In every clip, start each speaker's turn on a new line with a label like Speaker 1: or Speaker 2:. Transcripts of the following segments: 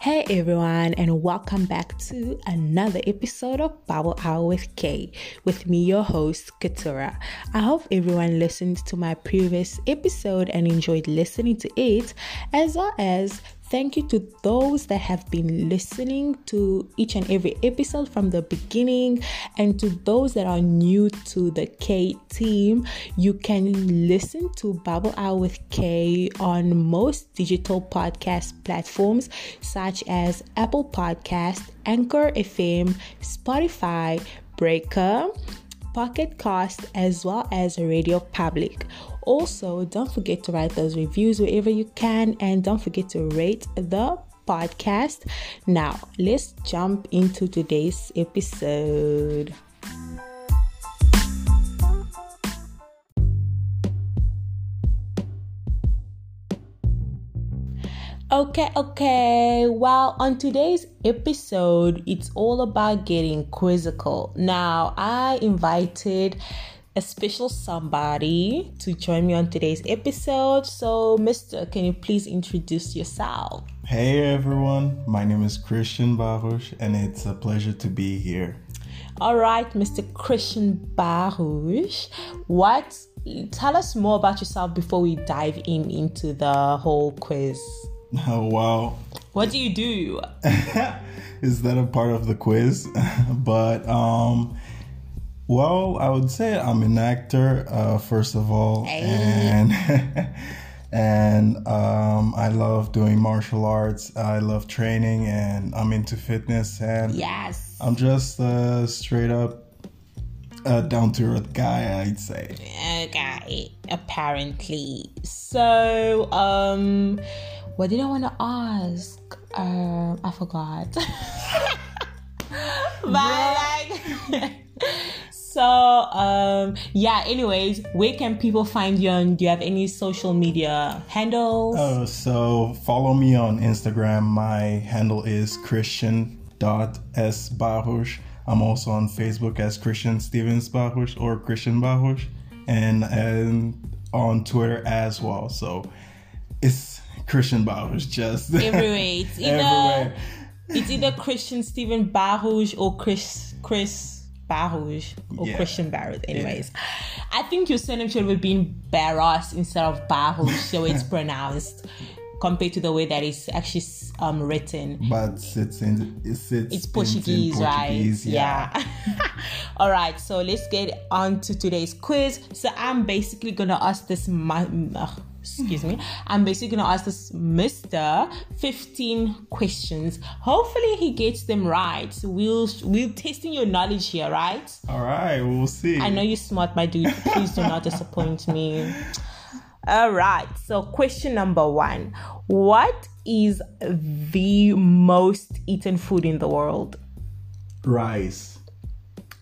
Speaker 1: Hey everyone, and welcome back to another episode of Power Hour with Kay, with me, your host, Katura. I hope everyone listened to my previous episode and enjoyed listening to it, as well as thank you to those that have been listening to each and every episode from the beginning and to those that are new to the K team you can listen to Bubble Hour with K on most digital podcast platforms such as Apple Podcast, Anchor FM, Spotify, Breaker, Pocket Cast as well as Radio Public. Also, don't forget to write those reviews wherever you can and don't forget to rate the podcast. Now, let's jump into today's episode. Okay, okay. Well, on today's episode, it's all about getting quizzical. Now, I invited a special somebody to join me on today's episode. So, Mr., can you please introduce yourself?
Speaker 2: Hey everyone, my name is Christian Baruch, and it's a pleasure to be here.
Speaker 1: All right, Mr. Christian Baruch, what tell us more about yourself before we dive in into the whole quiz.
Speaker 2: Oh, wow,
Speaker 1: What do you do?
Speaker 2: is that a part of the quiz? but, um, well, I would say I'm an actor, uh, first of all,
Speaker 1: Hey.
Speaker 2: and and um, I love doing martial arts. I love training, and I'm into fitness, and
Speaker 1: Yes.
Speaker 2: I'm just a straight up uh, down to earth guy, I'd say.
Speaker 1: Okay, apparently. So, um, what did I want to ask? Um, I forgot. but like, so um, yeah. Anyways, where can people find you? And do you have any social media handles?
Speaker 2: Uh, so follow me on Instagram. My handle is christian.sbarush. I'm also on Facebook as Christian Stevens Barush or Christian Barush and, and on Twitter as well. So it's Christian Barush just
Speaker 1: Everywhere. It's either
Speaker 2: everywhere.
Speaker 1: it's either Christian Stephen Baruch or Chris Chris Baruch or
Speaker 2: Yeah.
Speaker 1: Christian Baruch. Anyways, I think your surname should have been Barros instead of Baruch, so it's pronounced compared to the way that it's actually um, written.
Speaker 2: But it's in it's it's,
Speaker 1: It's Portuguese,
Speaker 2: Portuguese,
Speaker 1: right? All right, so let's get on to today's quiz. So I'm basically gonna ask this. Ma- ugh, excuse me. I'm basically gonna ask this Mister 15 questions. Hopefully he gets them right. We'll we're testing your knowledge here, right?
Speaker 2: All right, we'll see.
Speaker 1: I know you're smart, my dude. Please do not disappoint me. All right. So, question number one: What is the most eaten food in the world?
Speaker 2: Rice.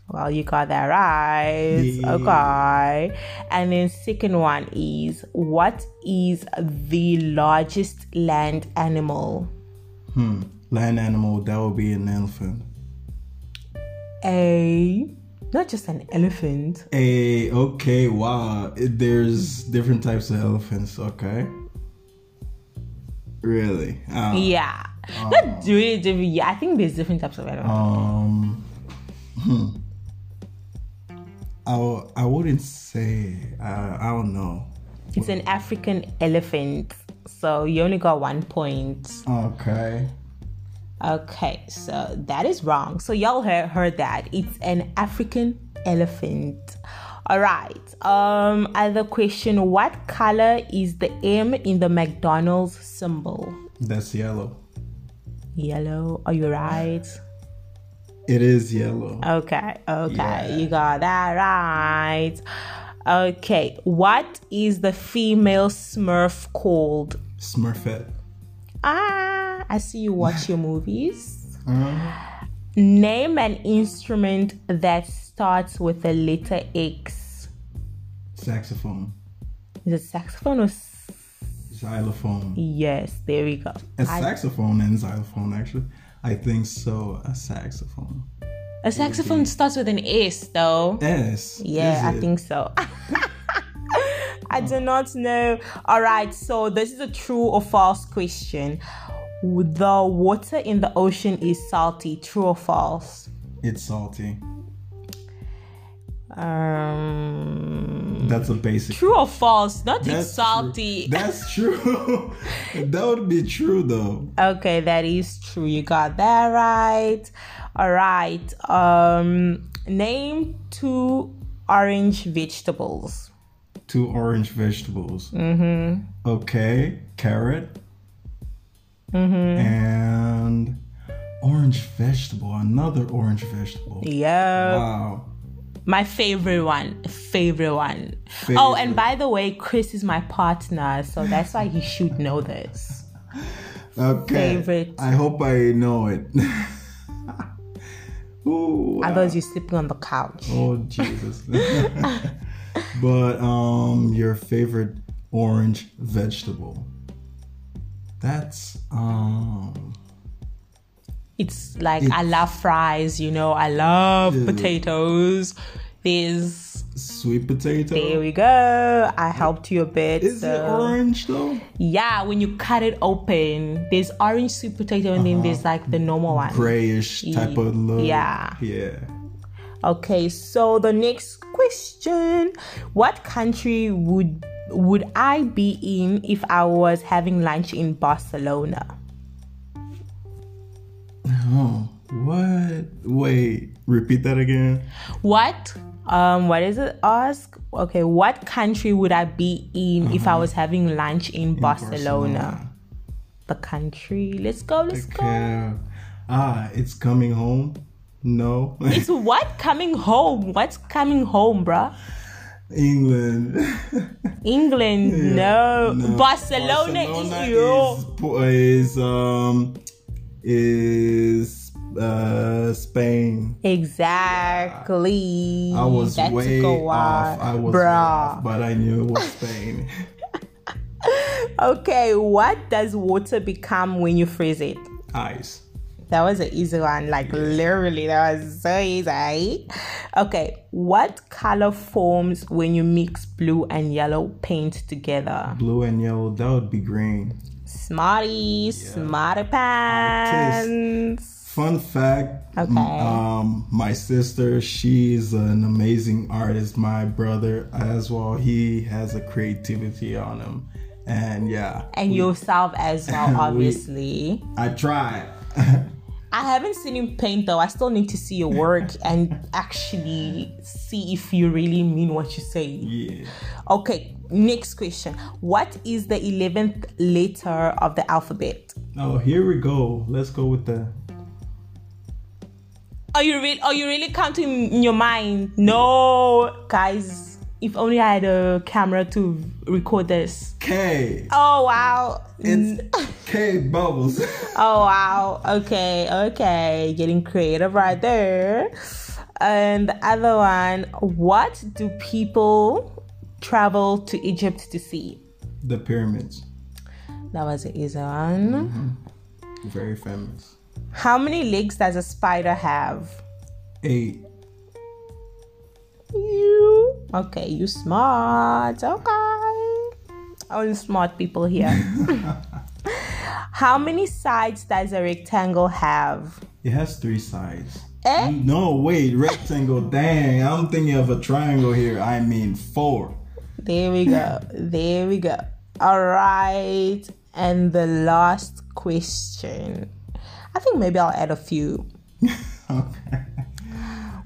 Speaker 1: Well, you got that right.
Speaker 2: Yeah.
Speaker 1: Okay. And then second one is what is the largest land animal?
Speaker 2: Hmm. Land animal, that would be an elephant.
Speaker 1: A not just an elephant.
Speaker 2: A okay, Eh, wow. It- There's different types of elephants. Okay. Really? Uh,
Speaker 1: Yeah. Not really different. Yeah, I think there's different types of animals.
Speaker 2: um. Hmm. I w- I wouldn't say. Uh, I don't know.
Speaker 1: It's an African elephant. So you only got one point.
Speaker 2: Okay.
Speaker 1: Okay, so that is wrong. So y'all heard, heard that. It's an African elephant. All right. Um other question, what color is the M in the McDonald's symbol?
Speaker 2: That's yellow.
Speaker 1: Yellow. Are you right?
Speaker 2: It is yellow.
Speaker 1: Okay. Okay.
Speaker 2: Yeah.
Speaker 1: You got that right. Okay. What is the female Smurf called?
Speaker 2: Smurfette.
Speaker 1: Ah, I see you watch your movies. Mm-hmm.
Speaker 2: Uh,
Speaker 1: Name an instrument that starts with the letter X.
Speaker 2: saxophone.
Speaker 1: Is it saxophone or s-
Speaker 2: Xylophone.
Speaker 1: yes? There we go.
Speaker 2: A
Speaker 1: I-
Speaker 2: saxophone and xylophone, actually. I think so. A saxophone.
Speaker 1: a saxophone starts with an S, though.
Speaker 2: Yes.
Speaker 1: Yeah,
Speaker 2: Mm-hmm. is
Speaker 1: I
Speaker 2: it?
Speaker 1: think so. I do not know. All right, so this is a true or false question. The water in the ocean is salty. True or false?
Speaker 2: It's salty.
Speaker 1: Um,
Speaker 2: That's a basic.
Speaker 1: true or false? Not
Speaker 2: That's
Speaker 1: it's salty.
Speaker 2: True. That's true. that would be true though.
Speaker 1: Okay, that is true. You got that right. All right. Um, name two orange vegetables.
Speaker 2: Two orange vegetables. Mm-hmm. Okay, carrot. Mm-hmm. And orange vegetable. Another orange vegetable.
Speaker 1: Yeah.
Speaker 2: Wow.
Speaker 1: My favorite one. Favorite one. Oh, and
Speaker 2: Favorite.
Speaker 1: by the way, Chris is my partner, so that's why you should know this.
Speaker 2: Okay.
Speaker 1: Favorite.
Speaker 2: I hope I know it. Ooh,
Speaker 1: I thought you were sleeping on the couch.
Speaker 2: Oh Jesus. but um your favorite orange vegetable. That's um
Speaker 1: It's like I love fries, you know, I love potatoes. There's
Speaker 2: sweet potato.
Speaker 1: there we go. I helped you a bit.
Speaker 2: Is it
Speaker 1: so-
Speaker 2: orange though?
Speaker 1: Yeah, when you cut it open, there's orange sweet potato and then there's like the normal one.
Speaker 2: Grayish type of look.
Speaker 1: Yeah.
Speaker 2: Yeah.
Speaker 1: Okay, so the next question. What country would would I be in if I was having lunch in Barcelona?
Speaker 2: Oh. What? Wait. Repeat that again.
Speaker 1: What um what is it ask? Okay, what country would I be in if I was having lunch Uh-huh. in, Barcelona? The country. Let's go, let's go.
Speaker 2: Okay. Ah, it's coming home. No.
Speaker 1: It's what coming home? What's coming home, bruh?
Speaker 2: England.
Speaker 1: England, no. Barcelona, is your
Speaker 2: Barcelona is, is um is uh Spain.
Speaker 1: Exactly.
Speaker 2: I was
Speaker 1: That
Speaker 2: way
Speaker 1: took Mm, a
Speaker 2: off.
Speaker 1: while.
Speaker 2: I was way off,
Speaker 1: Bruh.
Speaker 2: but I knew it was Spain.
Speaker 1: Okay, what does water become when you freeze it?
Speaker 2: Ice.
Speaker 1: That was an easy one. Like literally, that was so easy. Okay, what color forms when you mix blue and yellow paint together?
Speaker 2: Blue and yellow, that would be green.
Speaker 1: Smarty, smarty pants.
Speaker 2: Fun fact. m-
Speaker 1: Okay.
Speaker 2: Um, my sister, she's an amazing artist. My brother as well. He has a creativity on him, and yeah,
Speaker 1: And yourself as well,
Speaker 2: We-
Speaker 1: obviously.
Speaker 2: I tried.
Speaker 1: I haven't seen him paint though. I still need to see your work and actually see if you really mean what you say.
Speaker 2: yeah.
Speaker 1: Okay, next question. What is the 11th letter of the alphabet?
Speaker 2: Oh, here we go. Let's go with the
Speaker 1: Are you really are you really counting in your mind? No, guys, if only I had a camera to record this.
Speaker 2: K.
Speaker 1: Oh wow.
Speaker 2: It's K bubbles.
Speaker 1: Oh wow. Okay, okay. Getting creative right there. And the other one, what do people travel to Egypt to see?
Speaker 2: the pyramids,
Speaker 1: That was an easy one.
Speaker 2: very famous.
Speaker 1: How many legs does a spider have?
Speaker 2: Eight.
Speaker 1: You. Okay, you smart. Okay. Only smart people here. How many sides does a rectangle have?
Speaker 2: It has three sides.
Speaker 1: Eh?
Speaker 2: No, wait, rectangle. Dang, I'm thinking of a triangle here. I mean four.
Speaker 1: There we go. There we go. All right. And the last question. I think maybe I'll add a few.
Speaker 2: Okay.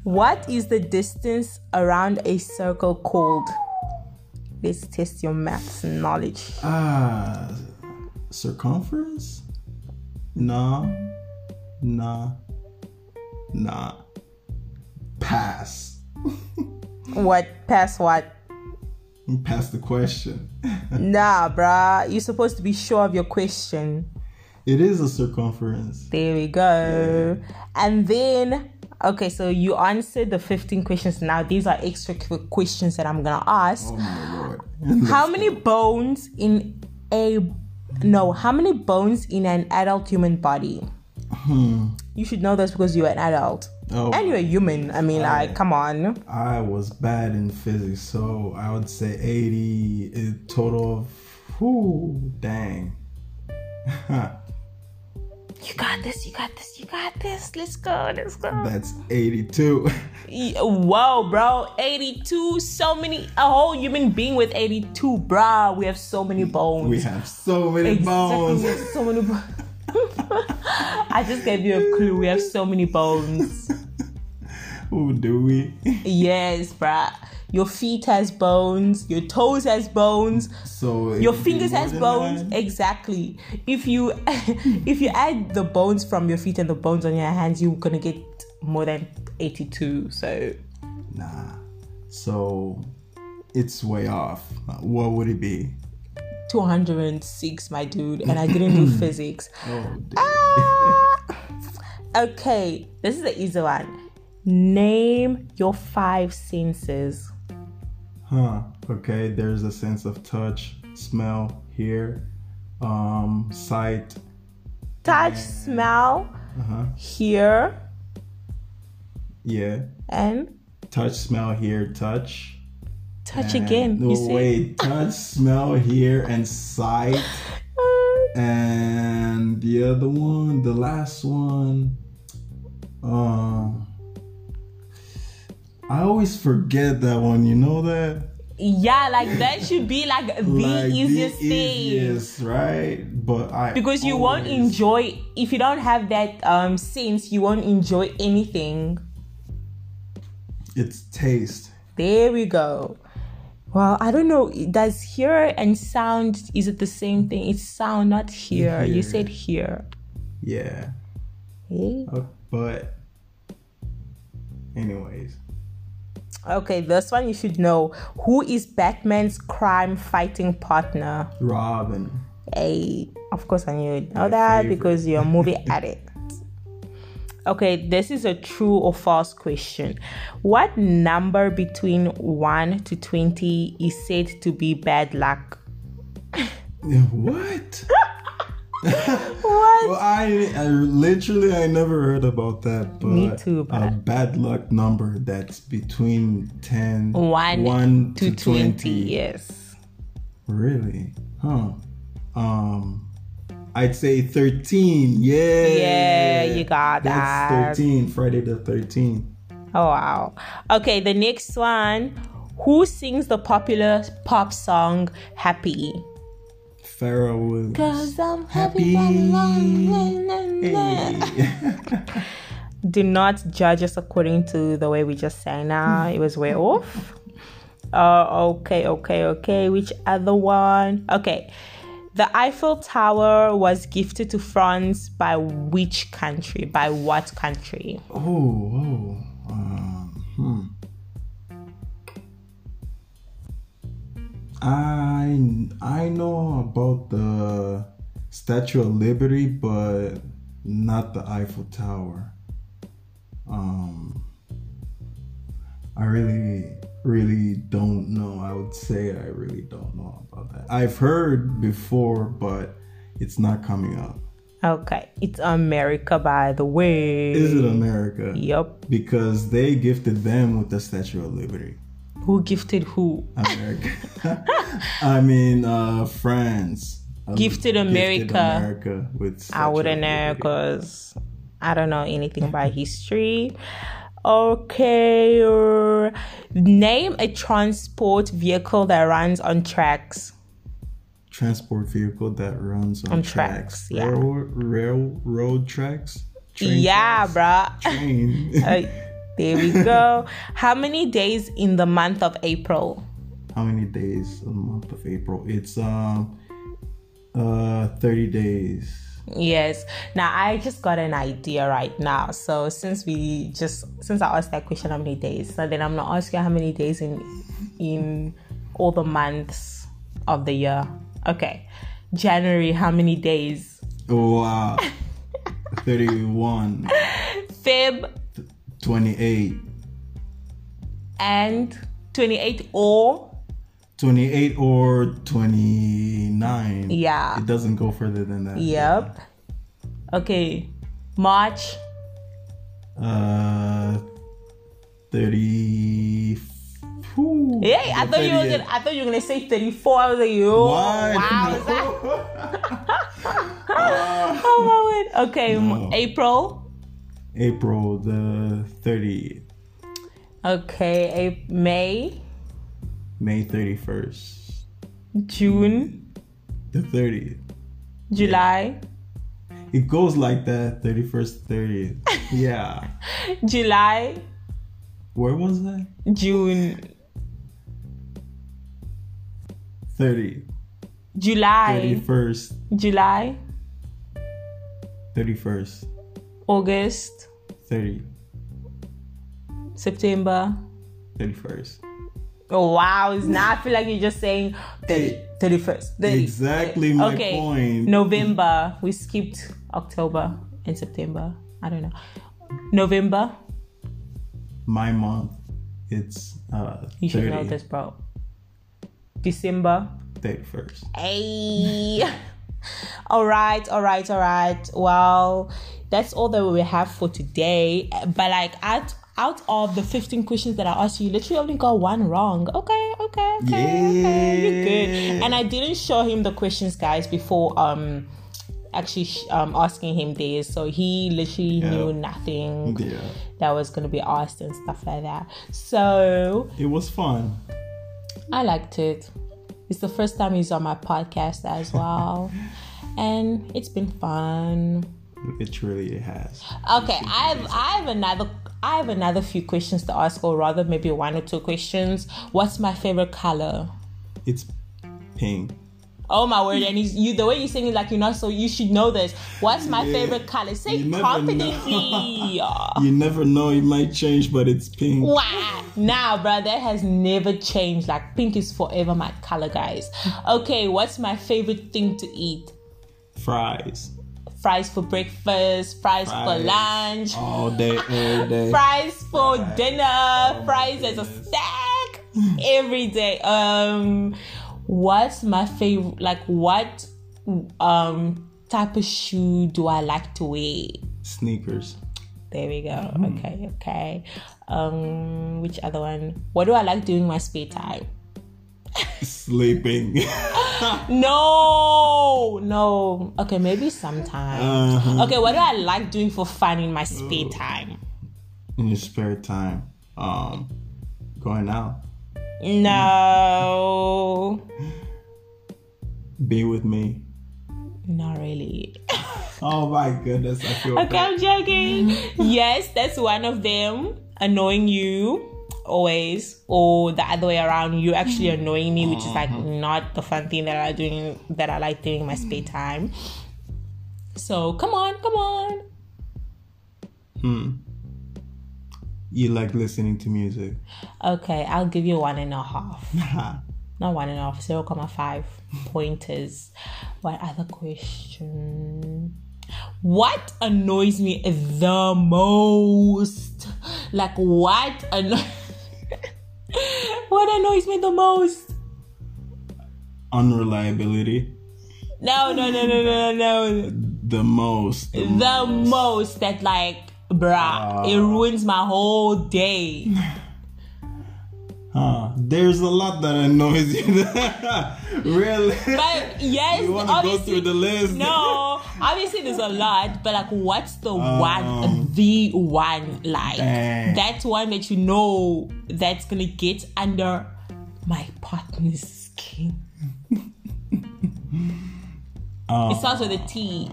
Speaker 1: What is the distance around a circle called? Let's test your maths knowledge.
Speaker 2: Ah, circumference? Nah, nah, nah. Pass.
Speaker 1: What? Pass what?
Speaker 2: Pass the question.
Speaker 1: Nah, bruh. You're supposed to be sure of your question.
Speaker 2: It is a circumference.
Speaker 1: There we go. And then, okay, so you answered the 15 questions. Now, these are extra qu- questions that I'm going to ask.
Speaker 2: Oh my lord.
Speaker 1: How many bones in a no? How many bones in an adult human body? You should know this because you're an adult
Speaker 2: Hmm. Oh.
Speaker 1: and you're a human. I mean, like, come on.
Speaker 2: I was bad in physics, so I would say 80 a total of whoo dang.
Speaker 1: you got this, you got this, you got this. Let's go, let's go.
Speaker 2: That's 82.
Speaker 1: Yeah, Wow, bro, 82. So many, a whole human being with 82, bro. We have so many bones.
Speaker 2: we have so many
Speaker 1: Exactly,
Speaker 2: bones.
Speaker 1: we have so many bones. I just gave you a clue. We have so many bones.
Speaker 2: Who do we?
Speaker 1: Yes, bruh. Your feet has bones. Your toes has bones.
Speaker 2: So it
Speaker 1: Your
Speaker 2: would be
Speaker 1: fingers
Speaker 2: more
Speaker 1: has
Speaker 2: than
Speaker 1: bones.
Speaker 2: nine?
Speaker 1: Exactly. If you if you add the bones from your feet and the bones on your hands, you're gonna get more than eighty-two. So
Speaker 2: Nah. So it's way off. What would it be?
Speaker 1: two hundred and six, my dude. And I didn't do physics. Ah!
Speaker 2: Oh, dude.
Speaker 1: Okay, this is the easy one. Name your five senses.
Speaker 2: Huh. Okay, there's a sense of touch, smell, hear, um, sight.
Speaker 1: Touch, smell,
Speaker 2: Uh-huh.
Speaker 1: hear,
Speaker 2: Yeah.
Speaker 1: and
Speaker 2: Touch, smell, hear, touch.
Speaker 1: touch
Speaker 2: and-
Speaker 1: again.
Speaker 2: No,
Speaker 1: you said-
Speaker 2: wait. Touch, smell, hear, and sight.
Speaker 1: Uh,
Speaker 2: And the other one, the last one. Um I always forget that one, you know that?
Speaker 1: Yeah, like that should be like the
Speaker 2: Like,
Speaker 1: easiest
Speaker 2: the
Speaker 1: thing.
Speaker 2: easiest, right? But I
Speaker 1: Because you won't
Speaker 2: always-
Speaker 1: enjoy if you don't have that um sense, you won't enjoy anything.
Speaker 2: It's taste.
Speaker 1: There we go. Well, I don't know. Does hear and sound is it the same thing? It's sound, not hear. You
Speaker 2: Hear.
Speaker 1: said hear.
Speaker 2: Yeah.
Speaker 1: Eh?
Speaker 2: Oh, But, anyways,
Speaker 1: Okay, this one you should know. Who is Batman's crime fighting partner?
Speaker 2: Robin.
Speaker 1: Hey, of course I knew it. Know
Speaker 2: My
Speaker 1: that
Speaker 2: favorite.
Speaker 1: because you're a movie addict. Okay, this is a true or false question. What number between 1 to 20 is said to be bad luck?
Speaker 2: What?
Speaker 1: What?
Speaker 2: Well, I, I literally I never heard about that. But
Speaker 1: Me too,
Speaker 2: a
Speaker 1: but-
Speaker 2: bad luck number that's between 10,
Speaker 1: 1,
Speaker 2: 1
Speaker 1: to 20, yes.
Speaker 2: Really? Huh. Um, I'd say thirteen. Yeah.
Speaker 1: Yeah, you got
Speaker 2: That's
Speaker 1: that.
Speaker 2: thirteen. Friday the thirteenth.
Speaker 1: Oh, wow. Okay, the next one. Who sings the popular pop song Happy?
Speaker 2: Pharaoh Williams.
Speaker 1: Cause I'm happy.
Speaker 2: Happy. Hey.
Speaker 1: do not judge us according to the way we just sang now. It was way off. Uh, okay, okay, okay. Which other one? Okay. The Eiffel Tower was gifted to France by which country? By what country?
Speaker 2: Oh, oh. Um, hmm. I I know about the Statue of Liberty, but not the Eiffel Tower. Um, I really really don't know. I would say I really don't know about that. I've heard before, but it's not coming up.
Speaker 1: Okay, it's America, by the way.
Speaker 2: Is it America?
Speaker 1: Yup.
Speaker 2: because they gifted them with the Statue of Liberty.
Speaker 1: Who gifted who?
Speaker 2: America. I mean, uh, France. Um,
Speaker 1: Gifted America.
Speaker 2: America with.
Speaker 1: I
Speaker 2: Statue
Speaker 1: wouldn't
Speaker 2: of
Speaker 1: know
Speaker 2: Liberty.
Speaker 1: because I don't know anything about
Speaker 2: Mm-hmm.
Speaker 1: history. Okay. er, Name a transport vehicle that runs on tracks.
Speaker 2: Transport vehicle that runs on,
Speaker 1: On tracks,
Speaker 2: tracks.
Speaker 1: yeah.
Speaker 2: Railroad, railroad tracks. Train
Speaker 1: yeah,
Speaker 2: tracks?
Speaker 1: bruh.
Speaker 2: Train.
Speaker 1: Uh, there we go. How many days in the month of April?
Speaker 2: How many days of the month of April? It's um, uh, thirty days.
Speaker 1: Yes. Now I just got an idea right now. So since we just since I asked that question how many days, so then I'm gonna ask you how many days in in all the months of the year. Okay. January, how many days?
Speaker 2: Oh, Wow. 31,
Speaker 1: Feb
Speaker 2: 28,
Speaker 1: and twenty eight or
Speaker 2: 28 or 29.
Speaker 1: Yeah.
Speaker 2: It doesn't go further than that.
Speaker 1: Yep. Okay. March,
Speaker 2: Uh, 30, Whew,
Speaker 1: Hey, I thought you were
Speaker 2: 38.
Speaker 1: gonna, I thought you were gonna say 34. I was like, yo,
Speaker 2: Why?
Speaker 1: wow.
Speaker 2: No.
Speaker 1: is that- Oh my word. Okay,
Speaker 2: No.
Speaker 1: April.
Speaker 2: April the 30th,
Speaker 1: Okay, Ap- May,
Speaker 2: May 31st,
Speaker 1: June,
Speaker 2: the 30th.
Speaker 1: July,
Speaker 2: It goes like that 31st, 30th. Yeah.
Speaker 1: July,
Speaker 2: Where was that?
Speaker 1: June,
Speaker 2: 30th,
Speaker 1: July,
Speaker 2: 31st,
Speaker 1: July,
Speaker 2: 31st,
Speaker 1: August,
Speaker 2: 30th,
Speaker 1: September.
Speaker 2: 31st.
Speaker 1: Oh wow, it's not I feel like you're just saying 30, 31st. 30.
Speaker 2: Exactly my
Speaker 1: okay.
Speaker 2: point.
Speaker 1: November. We skipped October and September. I don't know. November.
Speaker 2: My month, it's uh,
Speaker 1: You should know
Speaker 2: 30th,
Speaker 1: this, bro. December.
Speaker 2: 31st.
Speaker 1: Hey. all right, all right, all right. Well, that's all that we have for today. But like out out of the 15 questions that I asked you, you literally only got one wrong. Okay, okay, okay, okay. You're good.
Speaker 2: Yeah.
Speaker 1: And I didn't show him the questions, guys, before um actually sh- um asking him this. So he literally knew nothing
Speaker 2: Yeah.
Speaker 1: that was gonna be asked and stuff like that. So
Speaker 2: It was fun.
Speaker 1: I liked it. It's the first time he's on my podcast as well. and it's been fun.
Speaker 2: It really has.
Speaker 1: Okay, I have I have another I have another few questions to ask or rather maybe one or two questions. What's my favorite color?
Speaker 2: It's pink.
Speaker 1: Oh my word, and he's, you the way you're saying it like you're not so you should know this. What's my
Speaker 2: Yeah.
Speaker 1: favorite color? Say
Speaker 2: You never know.
Speaker 1: confidently.
Speaker 2: You never know, it might change, but it's pink.
Speaker 1: Wow. Nah, bro, that has never changed. Like pink is forever my color, guys. Okay, what's my favorite thing to eat?
Speaker 2: Fries.
Speaker 1: fries for breakfast, fries, for
Speaker 2: Fries.
Speaker 1: lunch,
Speaker 2: All day, every day.
Speaker 1: fries for
Speaker 2: Fries. Oh,
Speaker 1: dinner,
Speaker 2: my
Speaker 1: fries as a
Speaker 2: goodness.
Speaker 1: snack every day. Um, what's my favorite? Like, what um type of shoe do I like to wear?
Speaker 2: Sneakers.
Speaker 1: There we go.
Speaker 2: Hmm.
Speaker 1: Okay, okay. Um, which other one? What do I like doing in my spare time?
Speaker 2: Sleeping.
Speaker 1: No, no. Okay, maybe sometimes.
Speaker 2: uh-huh.
Speaker 1: Okay, what do I like doing for fun in my spare time?
Speaker 2: In your spare time. Um, going out.
Speaker 1: No,
Speaker 2: Be with me.
Speaker 1: not really.
Speaker 2: Oh my goodness, I feel
Speaker 1: Okay, I'm joking. Yes, that's one of them. Annoying you always, or the other way around, you actually annoying me, which is like not the fun thing that I doing that I like doing in my spare time. So come on, come on.
Speaker 2: You like listening to music.
Speaker 1: Okay, I'll give you one and a half.
Speaker 2: Ha.
Speaker 1: Not one and a half, zero comma five pointers. What other question? What annoys me the most? Like what anno- What annoys me the most?
Speaker 2: Unreliability.
Speaker 1: No, no, no, no, no, no,
Speaker 2: The most. The
Speaker 1: no. The most that like bruh,
Speaker 2: Ah.
Speaker 1: it ruins my whole day.
Speaker 2: Huh. Uh, There's a lot that annoys you. really?
Speaker 1: But yes,
Speaker 2: you want to go
Speaker 1: obviously
Speaker 2: through the list?
Speaker 1: No, obviously there's a lot, but like, what's the one,
Speaker 2: Um,
Speaker 1: the one, like
Speaker 2: dang.
Speaker 1: that one that you know that's gonna get under my partner's skin? it starts with a T.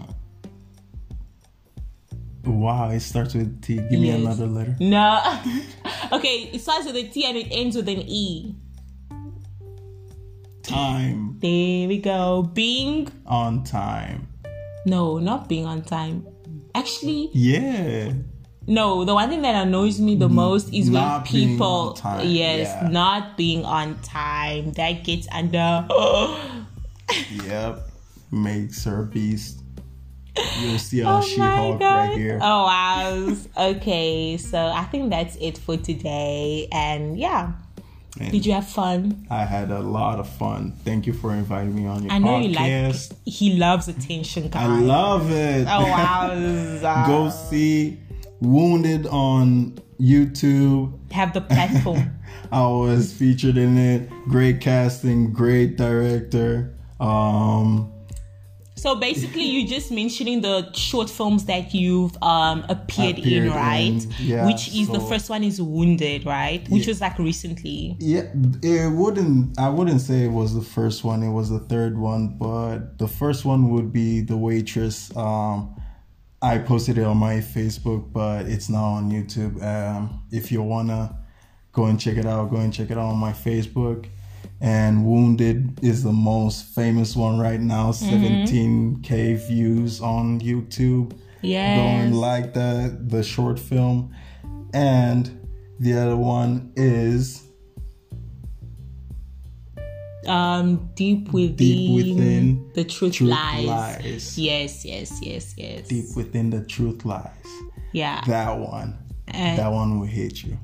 Speaker 2: Wow, it starts with T. Give
Speaker 1: Yes.
Speaker 2: me another letter.
Speaker 1: No, okay, it starts with a T and it ends with an E.
Speaker 2: Time.
Speaker 1: There we go. Being
Speaker 2: On time.
Speaker 1: no, not being on time. Actually,
Speaker 2: Yeah.
Speaker 1: No, the one thing that annoys me the most is when
Speaker 2: Mm-hmm. Not being
Speaker 1: people,
Speaker 2: on time,
Speaker 1: yes,
Speaker 2: yeah.
Speaker 1: not being on time. That gets under. oh
Speaker 2: Yep. Makes her a beast. You'll see how
Speaker 1: oh
Speaker 2: she
Speaker 1: my
Speaker 2: hulk
Speaker 1: god!
Speaker 2: right here.
Speaker 1: Oh wow. okay, so I think that's it for today, and yeah.
Speaker 2: And-
Speaker 1: Did you have fun?
Speaker 2: I had a lot of fun. Thank you for inviting me on your
Speaker 1: I know you like.
Speaker 2: podcast.
Speaker 1: He loves attention, guys.
Speaker 2: I love it.
Speaker 1: Oh wow!
Speaker 2: Go see Wounded on YouTube.
Speaker 1: have the platform.
Speaker 2: I was featured in it. Great casting, great director. Um,
Speaker 1: so basically, you're just mentioning the short films that you've um, appeared,
Speaker 2: Appeared
Speaker 1: in,
Speaker 2: in,
Speaker 1: right?
Speaker 2: yeah,
Speaker 1: Which is the
Speaker 2: so-
Speaker 1: first one is Wounded, right? Which was like recently.
Speaker 2: yeah, it wouldn't. I wouldn't say it was the first one. It was the third one, but the first one would be the waitress. Um, I posted it on my Facebook, but it's now on YouTube. Um, if you wanna go and check it out, go and check it out on my Facebook. And Wounded is the most famous one right now. 17k views on YouTube.
Speaker 1: Yes.
Speaker 2: Going like that, the short film. And the other one is
Speaker 1: Um, deep within.
Speaker 2: Deep Within
Speaker 1: The truth,
Speaker 2: Truth
Speaker 1: lies.
Speaker 2: Lies.
Speaker 1: Yes, yes, yes, yes.
Speaker 2: Deep Within the Truth Lies.
Speaker 1: Yeah.
Speaker 2: That one.
Speaker 1: And-
Speaker 2: that one will hit you.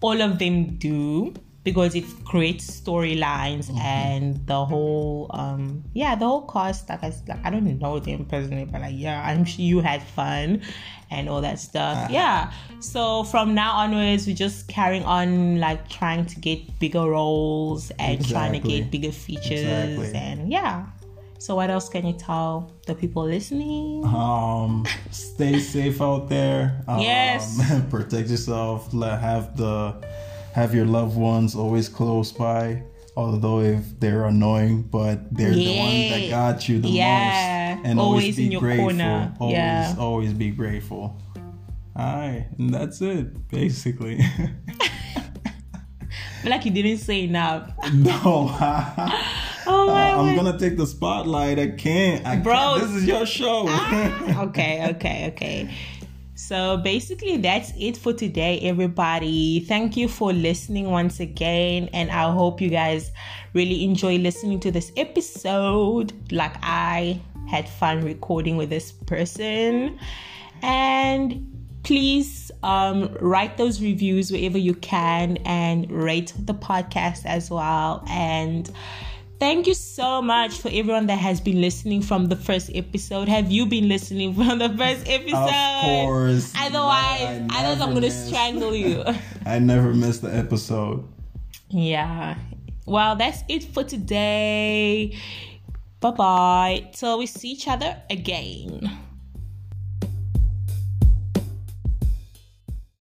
Speaker 1: all of them do because it creates storylines
Speaker 2: Mm-hmm.
Speaker 1: and the whole um yeah the whole cast like I, s- like I don't know them personally but like yeah I'm sure you had fun and all that stuff
Speaker 2: Uh-huh.
Speaker 1: yeah so from now onwards we're just carrying on like trying to get bigger roles and trying to
Speaker 2: Exactly.
Speaker 1: get bigger features
Speaker 2: Exactly.
Speaker 1: and yeah so what else can you tell the people listening
Speaker 2: Um, stay safe out there. Um,
Speaker 1: Yes.
Speaker 2: protect yourself. Let have the have your loved ones always close by. Although if they're annoying, but they're the one
Speaker 1: Yeah.
Speaker 2: that got you the
Speaker 1: Yeah.
Speaker 2: most, and
Speaker 1: Always
Speaker 2: always,
Speaker 1: in
Speaker 2: be
Speaker 1: your
Speaker 2: grateful.
Speaker 1: corner.
Speaker 2: Always,
Speaker 1: Yeah.
Speaker 2: always be grateful. All right, and that's it basically.
Speaker 1: I feel like you didn't say enough
Speaker 2: no,
Speaker 1: oh my
Speaker 2: I'm
Speaker 1: word.
Speaker 2: gonna take the spotlight. I can't. I
Speaker 1: Bro. Ah.
Speaker 2: can't. this is your show. Uh-huh.
Speaker 1: okay, okay, okay. So basically, that's it for today, everybody. Thank you for listening once again, and I hope you guys really enjoy listening to this episode. Like, I had fun recording with this person, and please um, write those reviews wherever you can and rate the podcast as well. And Thank you so much for everyone that has been listening from the first episode. Have you been listening from the first episode?
Speaker 2: of course.
Speaker 1: Otherwise,
Speaker 2: Yeah, I
Speaker 1: otherwise I'm
Speaker 2: never
Speaker 1: gonna
Speaker 2: miss.
Speaker 1: strangle you.
Speaker 2: I never miss the episode.
Speaker 1: yeah. Well, that's it for today. Bye bye. Till we see each other again.